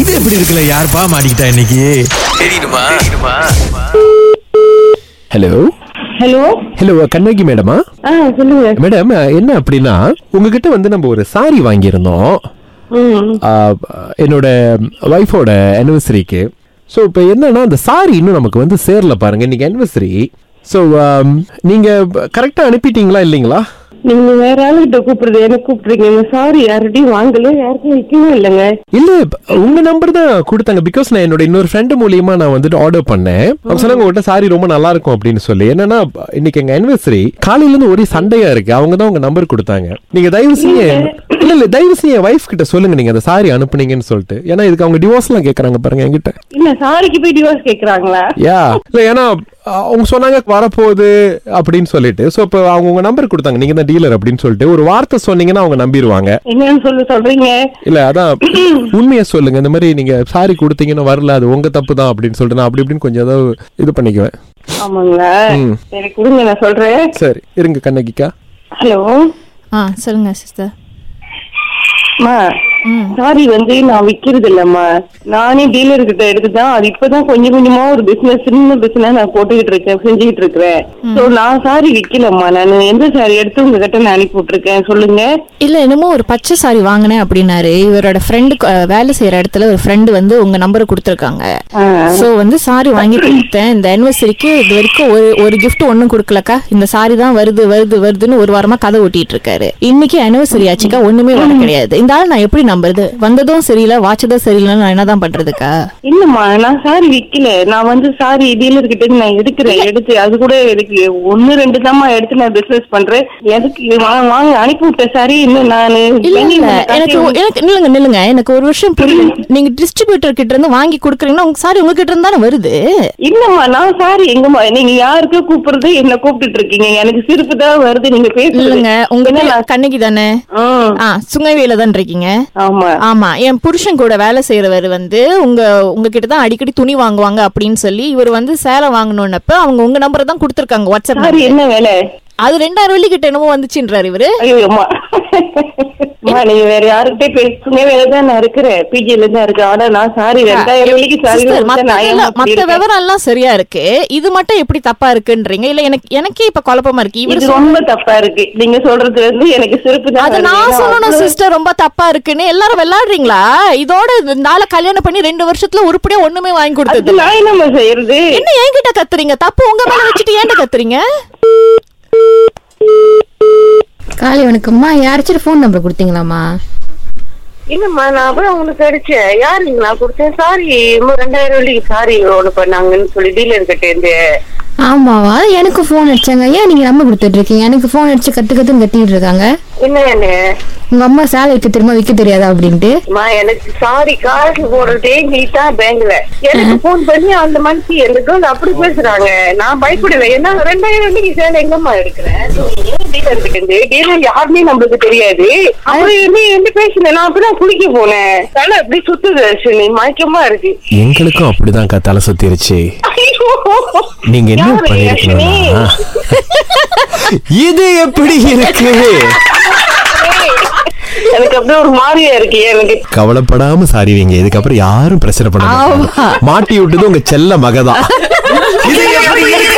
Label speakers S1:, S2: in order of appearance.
S1: இது எப்படி இருக்குல்ல யாருப்பா மாட்டிக்கிட்டா இன்னைக்கு ஹலோ
S2: ஹலோ
S1: ஹலோ கண்ணகி மேடமா
S2: ஆ சொல்லுங்க
S1: மேடம் என்ன அப்படின்னா உங்ககிட்ட வந்து நம்ம ஒரு சாரி வாங்கியிருந்தோம்
S2: ம்
S1: ஆ, என்னோட ஒய்ஃபோட anniversary-க்கு ஸோ இப்போ என்னன்னா அந்த சாரி இன்னும் நமக்கு வந்து சேரல பாருங்க இன்னைக்கு anniversary ஸோ நீங்க கரெக்டாக அனுப்பிட்டீங்களா இல்லைங்களா
S2: நீங்க வேற ஆளுகிட்ட கூப்பிடுறது எனக்கு கூப்பிடுறீங்க சாரி யார்கிட்டயும் வாங்கல யாருக்கும் வைக்கவும் இல்லைங்க
S1: இல்ல ப- உங்க நம்பர் தான் கொடுத்தாங்க பிகாஸ் நான் என்னோட இன்னொரு ஃப்ரெண்ட் மூலியமா நான் வந்துட்டு ஆர்டர் பண்ணேன் அவங்க சொன்னாங்க உங்கள்கிட்ட சாரி ரொம்ப நல்லா இருக்கும் அப்படின்னு சொல்லி என்னன்னா ப- இன்னைக்கு எங்க anniversary காலையில இருந்து ஒரே சண்டையா இருக்கு அவங்க தான் உங்க நம்பர் கொடுத்தாங்க நீங்க தயவு செய்ய இல்ல இல்ல தயவு செய்ய வைஃப் கிட்ட சொல்லுங்க நீங்க அந்த சாரி அனுப்புனீங்கன்னு சொல்லிட்டு ஏன்னா இதுக்கு அவங்க டிவோர்ஸ் எல்லாம் கேக்குறாங்க பாருங்க என்கிட்ட
S2: இல்ல சாரிக்கு போய் டிவோர்ஸ் கேக்குறாங்களா
S1: யா இல்ல ஏன்னா அஹ், அவங்க சொன்னாங்க வரப்போகுது அப்படின்னு சொல்லிட்டு சோ இப்போ அவங்க உங்க நம்பர் கொடுத்தாங்க நீங்க தான் டீலர் அப்படின்னு சொல்லிட்டு ஒரு வார்த்தை சொன்னீங்கன்னா அவங்க நம்பிடுவாங்க
S2: என்னன்னு சொல்லு சொல்றீங்க
S1: இல்ல அதான் உண்மையை சொல்லுங்க இந்த மாதிரி நீங்க சாரி கொடுத்தீங்கன்னு வரல அது உங்க தப்பு தான் அப்படின்னு சொல்லிட்டு நான் அப்படி இப்படின்னு கொஞ்சம் ஏதாவது இது பண்ணிக்குவேன்
S2: ஆமாங்களா சரி கொடுங்க நான் சொல்றேன்
S1: சரி இருங்க கண்ணகிக்கா
S2: ஹலோ
S3: ஆ சொல்லுங்க சிஸ்டர்
S2: அம்மா சாரி வந்து நான் விக்கிறது இல்லம்மா நானே டீலர் கிட்ட எடுத்துதான் அது இப்பதான் கொஞ்சம் கொஞ்சமா ஒரு பிசினஸ் சின்ன பிசினஸ் நான் போட்டுக்கிட்டு இருக்கேன் செஞ்சுக்கிட்டு இருக்கிறேன் சோ நான் சாரி விக்கலம்மா நான் எந்த சாரி எடுத்து உங்ககிட்ட நான் அனுப்பி விட்டுருக்கேன் சொல்லுங்க
S3: இல்ல என்னமோ ஒரு பச்சை சாரி வாங்கினேன் அப்படின்னாரு இவரோட ஃப்ரெண்டு வேலை செய்யற இடத்துல ஒரு ஃப்ரெண்டு வந்து உங்க நம்பர் கொடுத்துருக்காங்க
S2: ஆ.
S3: சோ வந்து சாரி வாங்கி கொடுத்தேன் இந்த anniversary-க்கு இது வரைக்கும் ஒரு ஒரு gift ஒண்ணும் கொடுக்கலக்கா இந்த சாரி தான் வருது வருது வருதுன்னு ஒரு வாரமா கதை ஓட்டிட்டு இருக்காரு இன்னைக்கு anniversary ஆச்சுக்கா ஒண்ணுமே வர கிடையாது இந்த ஆள் நான் எப்படி நம்புறது வந்ததும் சரியில்லை வாட்சதும் சரியில்லைன்னு நான் என்னதான் பண்றதுக்கா
S2: இல்லம்மா நான் சாரி விக்கல நான் வந்து சாரி டீலர் கிட்ட இருந்து நான் எடுக்கிறேன் எடுத்து அது கூட எனக்கு ஒன்னு ரெண்டு தாம்மா எடுத்து நான் பிசினஸ் பண்றேன் எதுக்கு இது வா- வாங்க அனுப்பி விட்ட சாரி இன்னும் நான்
S3: இல்ல இல்ல எனக்கு எனக்கு நில்லுங்க நில்லுங்க எனக்கு ஒரு விஷயம் புரியல நீங்க டிஸ்ட்ரிபியூட்டர் கிட்ட இருந்து வாங்கி கொடுக்குறீங்கன்னா உங்க சாரி உங்ககிட்ட இருந்து தானே வருது
S2: இல்லம்மா நான் சாரி எங்கம்மா நீங்க யாருக்கு கூப்பிடுறது என்ன கூப்பிட்டுட்டு இருக்கீங்க எனக்கு சிரிப்பு தான் வருது நீங்க
S3: இல்லங்க
S2: பேசுறீங்க
S3: உங்க பேர் கண்ணகி தானே ஆ சுங்கவேல தான் இருக்கீங்க
S2: ஆமா
S3: ஆமா என் புருஷன் கூட வேலை செய்யறவர் வந்து உங்க உங்ககிட்ட தான் அடிக்கடி துணி வாங்குவாங்க அப்படின்னு சொல்லி இவர் வந்து சேலை வாங்கணும்னப்ப அவங்க உங்க நம்பரை தான் கொடுத்துருக்காங்க வாட்ஸ்அப்
S2: சாரி என்ன வேலை
S3: அது ரெண்டாயிரம் வெள்ளி கிட்ட என்னமோ வந்துச்சுன்றாரு இவரு
S2: ஐயோ அம்மா அம்மா, நீங்க வேற யாருக்கிட்டே பேசுங்க வேலை தான் நான் இருக்கிறேன் பிஜில தான் இருக்கேன் ஆனா நான் சாரி ரெண்டாயிரம் வேலைக்கு சாரி
S3: Sister, மத்த எல்லாம் மத்த
S2: நான்
S3: விவரம் எல்லாம் சரியா இருக்கு இது மட்டும் எப்படி தப்பா இருக்குன்றீங்க இல்ல எனக்கு எனக்கே இப்ப குழப்பமா இருக்கு இவரு
S2: இது ரொம்ப தப்பா இருக்கு நீங்க சொல்றது வந்து எனக்கு சிறப்பு தான்
S3: அது
S2: வருது.
S3: நான்
S2: ஏன்னா
S3: சொல்லணும்
S2: அவ்வளவு-
S3: சிஸ்டர் ரொம்ப தப்பா இருக்குன்னு எல்லாரும் விளையாடுறீங்களா இதோட நாளை கல்யாணம் பண்ணி ரெண்டு வருஷத்துல உருப்படியா ஒண்ணுமே வாங்கி
S2: அது
S3: கொடுத்தது
S2: நான் என்னம்மா செய்யறது
S3: என்ன என்கிட்ட கத்துறீங்க தப்பு உங்க மேல வச்சுட்டு ஏன்டா கத்துறீங்க
S4: காலை வணக்கம்மா யாராச்சும் ஃபோன் நம்பர் கொடுத்தீங்களாம்மா
S2: இல்லம்மா நான் அப்புறம் உங்களுக்கு அடிச்சேன் யாருங்க நான் கொடுத்தேன் சாரி ரெண்டாயிரம் வெள்ளிக்கு சாரி ஒண்ணு பண்ணாங்கன்னு சொல்லி டீலர் கிட்ட இருந்து
S4: ஆமாவா எனக்கு ஃபோன் அடிச்சாங்க ஏன் நீங்க நம்பர் கொடுத்துட்டு இருக்கீங்க எனக்கு ஃபோன் அடிச்சு கத்து கத்துன்னு கட்டிட்டு இருக்காங்க
S2: என்ன என்ன
S4: உங்க அம்மா சேலை வைக்க தெரியுமா விற்க தெரியாதா அப்படின்ட்டு
S2: அம்மா, எனக்கு சாரி காசு போடுறதே நீ தான் பேங்க்ல எனக்கு போன் பண்ணி அந்த மனுஷி எந்த கேர்ள் அப்படி பேசுறாங்க நான் பயப்படுவேன் ஏன்னா ரெண்டாயிரம் வெள்ளிக்கு சேலை எங்கம்மா எடுக்கிறேன் டீலர் கிட்ட இருந்து டீலர் யாருமே நம்மளுக்கு தெரியாது அப்புறம் என்ன என்ன பேசினேன் நான் அப்பதான் குளிக்க போனேன் தலை அப்படி சுத்துது அஸ்வினி மயக்கமா இருக்கு
S1: எங்களுக்கும் அப்படிதான்க்கா தலை சுத்திருச்சு
S2: ஐயோ.
S1: நீங்க என்ன
S2: யாரு
S1: பண்ணிருக்கீங்கன்னா
S2: அஸ்வினி?
S1: இது எப்படி இருக்கு
S2: எனக்கு அப்படியே ஒரு மாதிரியா இருக்கு எனக்கு
S1: கவலைப்படாம சாரிவீங்க இதுக்கப்புறம் யாரும் பிரச்சனை பண்ண மாட்டாங்க. மாட்டி விட்டது உங்க செல்ல மகதான் இது எப்படி இருக்கு?